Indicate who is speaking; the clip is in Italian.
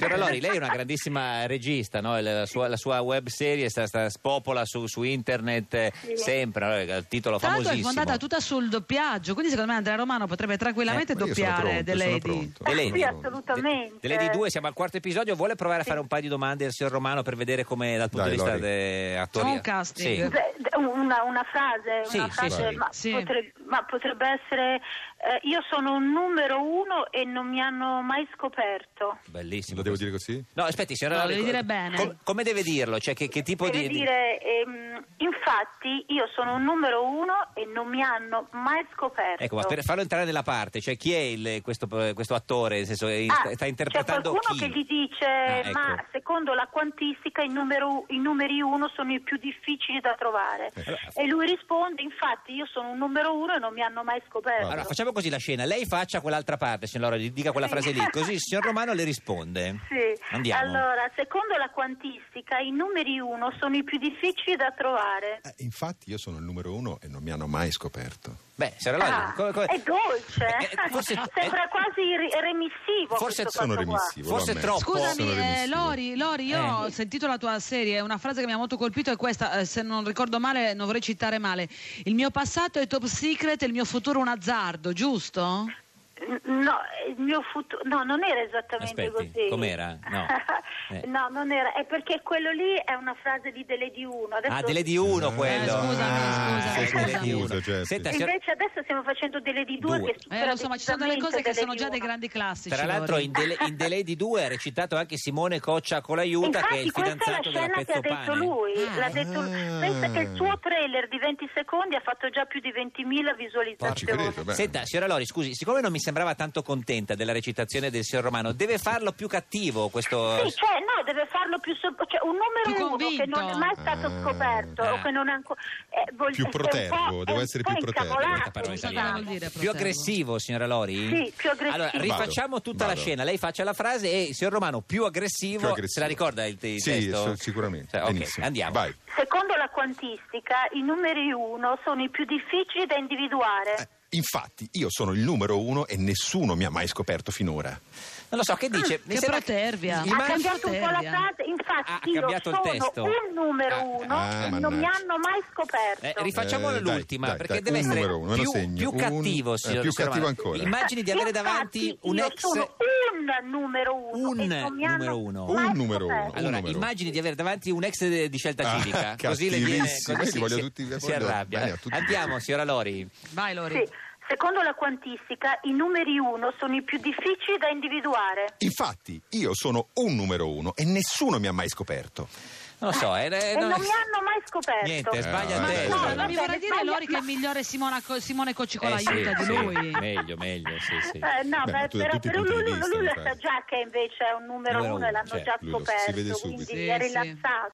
Speaker 1: Signora Lori, lei è una grandissima regista, no? la, sua, la sua web serie sta, sta- spopola su, su internet eh,
Speaker 2: Sì.
Speaker 1: sempre, no? il titolo
Speaker 3: Tra l'altro è
Speaker 1: famosissimo.
Speaker 3: fondata tutta sul doppiaggio, quindi secondo me Andrea Romano potrebbe tranquillamente
Speaker 1: Eh,
Speaker 4: Ma Ecco, io sono
Speaker 3: doppiare
Speaker 4: pronto,
Speaker 3: The
Speaker 4: sono
Speaker 3: Lady. Ah,
Speaker 4: pronto.
Speaker 1: The Lady.
Speaker 2: Sì, assolutamente.
Speaker 1: De- Lady 2, siamo al quarto episodio, vuole provare a fare un paio di domande al signor Romano per vedere come dal punto
Speaker 4: Dai,
Speaker 1: di vista
Speaker 4: Lori.
Speaker 1: de- attoriale.
Speaker 3: Sono un casting.
Speaker 1: Sì.
Speaker 2: Beh, d- Una, una frase,
Speaker 1: Sì,
Speaker 2: una
Speaker 1: sì,
Speaker 2: frase
Speaker 4: sì.
Speaker 2: Ma,
Speaker 3: Sì.
Speaker 2: Potrebbe, ma potrebbe essere eh, io sono un numero uno e non mi hanno mai scoperto.
Speaker 1: Bellissimo.
Speaker 4: Lo devo
Speaker 1: questo.
Speaker 4: dire così?
Speaker 1: No, aspetti, signora
Speaker 3: No,
Speaker 1: Lori,
Speaker 3: devi dire
Speaker 1: co-
Speaker 3: bene.
Speaker 1: com- come deve dirlo? Cioè, che, che tipo
Speaker 2: Deve
Speaker 1: di... di-
Speaker 2: dire, ehm, infatti io sono un numero uno e non mi hanno mai scoperto.
Speaker 1: Ecco, ma per farlo entrare nella parte, cioè chi è il- questo, questo attore? Nel senso, eh,
Speaker 2: Ah,
Speaker 1: sta- sta interpretando
Speaker 2: c'è qualcuno
Speaker 1: chi?
Speaker 2: che gli dice
Speaker 1: Ah, ecco.
Speaker 2: ma secondo la quantistica i, numero- i numeri uno sono i più difficili da trovare
Speaker 1: Eh,
Speaker 2: e lui risponde infatti io sono un numero uno e non mi hanno mai scoperto
Speaker 1: Allora, facciamo così la scena. Lei faccia quell'altra parte, signor Lori, dica quella
Speaker 2: Sì.
Speaker 1: frase lì, così il signor Romano le risponde.
Speaker 2: Sì.
Speaker 1: Andiamo.
Speaker 2: Allora, secondo la quantistica, i numeri 1 sono i più difficili da trovare.
Speaker 4: Eh, infatti io sono il numero uno e non mi hanno mai scoperto.
Speaker 1: Beh, signora Lori,
Speaker 2: Ah,
Speaker 1: co- co-
Speaker 2: È dolce.
Speaker 1: Eh, eh, forse-
Speaker 2: Sembra quasi ir- remissivo.
Speaker 1: Forse
Speaker 2: questo
Speaker 4: Sono
Speaker 2: fatto qua.
Speaker 4: remissivo. lo
Speaker 1: Forse
Speaker 4: ammetto.
Speaker 1: troppo.
Speaker 3: Scusami,
Speaker 4: Sono
Speaker 3: eh,
Speaker 4: remissivo.
Speaker 3: Lori, Lori, io
Speaker 1: Eh.
Speaker 3: ho sentito la tua serie, una frase che mi ha molto colpito è questa, eh, se non ricordo male, non vorrei citare male. Il mio passato è top secret, il mio futuro un azzardo, giusto?
Speaker 2: N- No, il mio futuro. No, non era esattamente
Speaker 1: Aspetti,
Speaker 2: così.
Speaker 1: com'era? No. Eh.
Speaker 2: No, non era. È perché quello lì è una frase di Dele di 1. Adesso...
Speaker 1: Ah, delle di uno
Speaker 4: Eh,
Speaker 1: quello.
Speaker 3: scusami,
Speaker 1: Ah,
Speaker 3: scusami,
Speaker 1: sì, delle di
Speaker 4: scusa,
Speaker 1: uno.
Speaker 4: Geppi.
Speaker 1: Senta, signor-
Speaker 2: Invece adesso stiamo facendo delle di 2
Speaker 1: Due.
Speaker 2: che
Speaker 3: Eh, lo so, ma ci sono delle cose che sono già dei
Speaker 2: grandi
Speaker 3: grandi classici.
Speaker 1: tra l'altro
Speaker 3: Lori.
Speaker 1: in, dele, in Delay di due ha recitato anche Simone Coccia Colaiuta che è il
Speaker 2: Infatti, questa è la
Speaker 1: fidanzato della
Speaker 2: scena che ha detto
Speaker 1: Pezzopane.
Speaker 2: lui.
Speaker 3: Ah.
Speaker 2: L'ha detto lui.
Speaker 4: Ah.
Speaker 2: Pensa che il suo trailer di 20 secondi ha fatto già più di 20.000
Speaker 4: Ah, ci
Speaker 2: visualizzazioni.
Speaker 4: credo, beh.
Speaker 1: Senta, signora Lori, scusi, siccome non mi sembrava tanto contenta della recitazione del signor Romano, deve farlo più cattivo questo...
Speaker 2: Sì, cioè, no, deve farlo più so- cioè, un numero
Speaker 3: Più
Speaker 2: uno che non è
Speaker 3: convinto.
Speaker 2: mai stato
Speaker 4: Ah.
Speaker 2: scoperto o
Speaker 1: Ah.
Speaker 2: che non è ancora eh, vuol-
Speaker 4: Più
Speaker 2: è un po'-
Speaker 4: protervo,
Speaker 2: è
Speaker 4: devo
Speaker 2: un
Speaker 4: essere
Speaker 2: po'
Speaker 4: più protervo.
Speaker 2: incavolato,
Speaker 1: Questa parola
Speaker 3: Non so
Speaker 1: italiana.
Speaker 3: Ah, cosa vuol dire,
Speaker 1: Più
Speaker 3: protervo.
Speaker 1: aggressivo, signora Lori?
Speaker 2: Sì, più aggressivo.
Speaker 1: Allora,
Speaker 2: Vado.
Speaker 1: rifacciamo tutta la
Speaker 4: Vado.
Speaker 1: scena. Lei faccia la frase e il signor Romano, più aggressivo,
Speaker 4: Più aggressivo.
Speaker 1: se la ricorda il, il
Speaker 4: Sì,
Speaker 1: testo?
Speaker 4: so- sicuramente.
Speaker 1: Cioè, ok,
Speaker 4: Benissimo.
Speaker 1: andiamo.
Speaker 4: Vai.
Speaker 2: Secondo la quantistica, i numeri uno sono i più difficili da individuare.
Speaker 4: Eh, infatti io sono il numero uno e nessuno mi ha mai scoperto finora.
Speaker 1: Non lo so, che dice? Mi
Speaker 3: Ah, Che
Speaker 1: sembra-
Speaker 3: protervia. Ah,
Speaker 1: gli
Speaker 2: ha
Speaker 3: Ma-
Speaker 1: manca-
Speaker 2: cambiato un po' la
Speaker 3: Protervia.
Speaker 2: frase,
Speaker 1: Ha
Speaker 2: infatti io
Speaker 1: cambiato il
Speaker 2: sono
Speaker 1: testo.
Speaker 2: un
Speaker 1: Ah,
Speaker 2: numero uno
Speaker 4: ah,
Speaker 2: e non mi
Speaker 4: mannaggia.
Speaker 2: hanno mai scoperto.
Speaker 1: Eh, rifacciamola
Speaker 4: Eh, dai,
Speaker 1: l'ultima,
Speaker 4: dai,
Speaker 1: perché
Speaker 4: dai,
Speaker 1: deve
Speaker 4: un
Speaker 1: essere
Speaker 4: numero uno, me lo
Speaker 1: più,
Speaker 4: segno.
Speaker 1: più
Speaker 4: Un-
Speaker 1: cattivo,
Speaker 4: eh,
Speaker 1: signor
Speaker 4: più
Speaker 1: signor
Speaker 4: cattivo
Speaker 1: Romano.
Speaker 4: ancora.
Speaker 1: Immagini di avere
Speaker 2: Infatti,
Speaker 1: davanti un
Speaker 2: io
Speaker 1: ex...
Speaker 2: sono un numero uno.
Speaker 1: Un
Speaker 2: e non mi hanno
Speaker 1: numero uno.
Speaker 2: mai
Speaker 4: Un numero uno.
Speaker 2: scoperto.
Speaker 1: Allora,
Speaker 4: numero.
Speaker 1: immagini di avere davanti un ex de- di scelta
Speaker 4: Ah,
Speaker 1: civica, così le viene
Speaker 4: cattivissimo,
Speaker 1: così
Speaker 4: li voglio
Speaker 1: si,
Speaker 4: tutti-
Speaker 1: si
Speaker 4: voglio
Speaker 1: arrabbia.
Speaker 4: bene a tutti.
Speaker 1: Andiamo, signora Lori.
Speaker 3: Vai Lori.
Speaker 2: Sì. Secondo la quantistica, i numeri uno sono i più difficili da individuare.
Speaker 4: Infatti io sono un numero uno e nessuno mi ha mai scoperto.
Speaker 1: Non lo so, eh, eh,
Speaker 2: E non mi hanno mai scoperto.
Speaker 1: Niente, sbaglia
Speaker 4: Ah,
Speaker 3: Ma
Speaker 4: Eh,
Speaker 1: te.
Speaker 3: scusa,
Speaker 4: vabbè.
Speaker 3: ma mi vorrei dire
Speaker 2: Sbaglia-
Speaker 3: Lori che è
Speaker 2: ma-
Speaker 3: migliore Simona Co- Simone Cocci con
Speaker 1: Eh, sì,
Speaker 3: l'aiuto di
Speaker 1: sì,
Speaker 3: lui.
Speaker 1: Meglio, meglio, sì, sì.
Speaker 2: Eh, no,
Speaker 4: Beh,
Speaker 2: beh,
Speaker 4: ma tu da
Speaker 2: però,
Speaker 4: tutti i
Speaker 2: però
Speaker 4: punti
Speaker 2: lui,
Speaker 4: di
Speaker 2: lui
Speaker 4: vista, eh.
Speaker 2: lo
Speaker 4: mi
Speaker 2: sa
Speaker 4: pare.
Speaker 2: già che invece è un numero
Speaker 1: Numero
Speaker 2: uno e
Speaker 1: uno,
Speaker 2: l'hanno
Speaker 1: cioè,
Speaker 2: già
Speaker 4: lui lo- si
Speaker 2: scoperto,
Speaker 4: vede
Speaker 2: quindi
Speaker 4: subito.
Speaker 3: Sì,
Speaker 2: è
Speaker 3: sì.
Speaker 2: rilassato.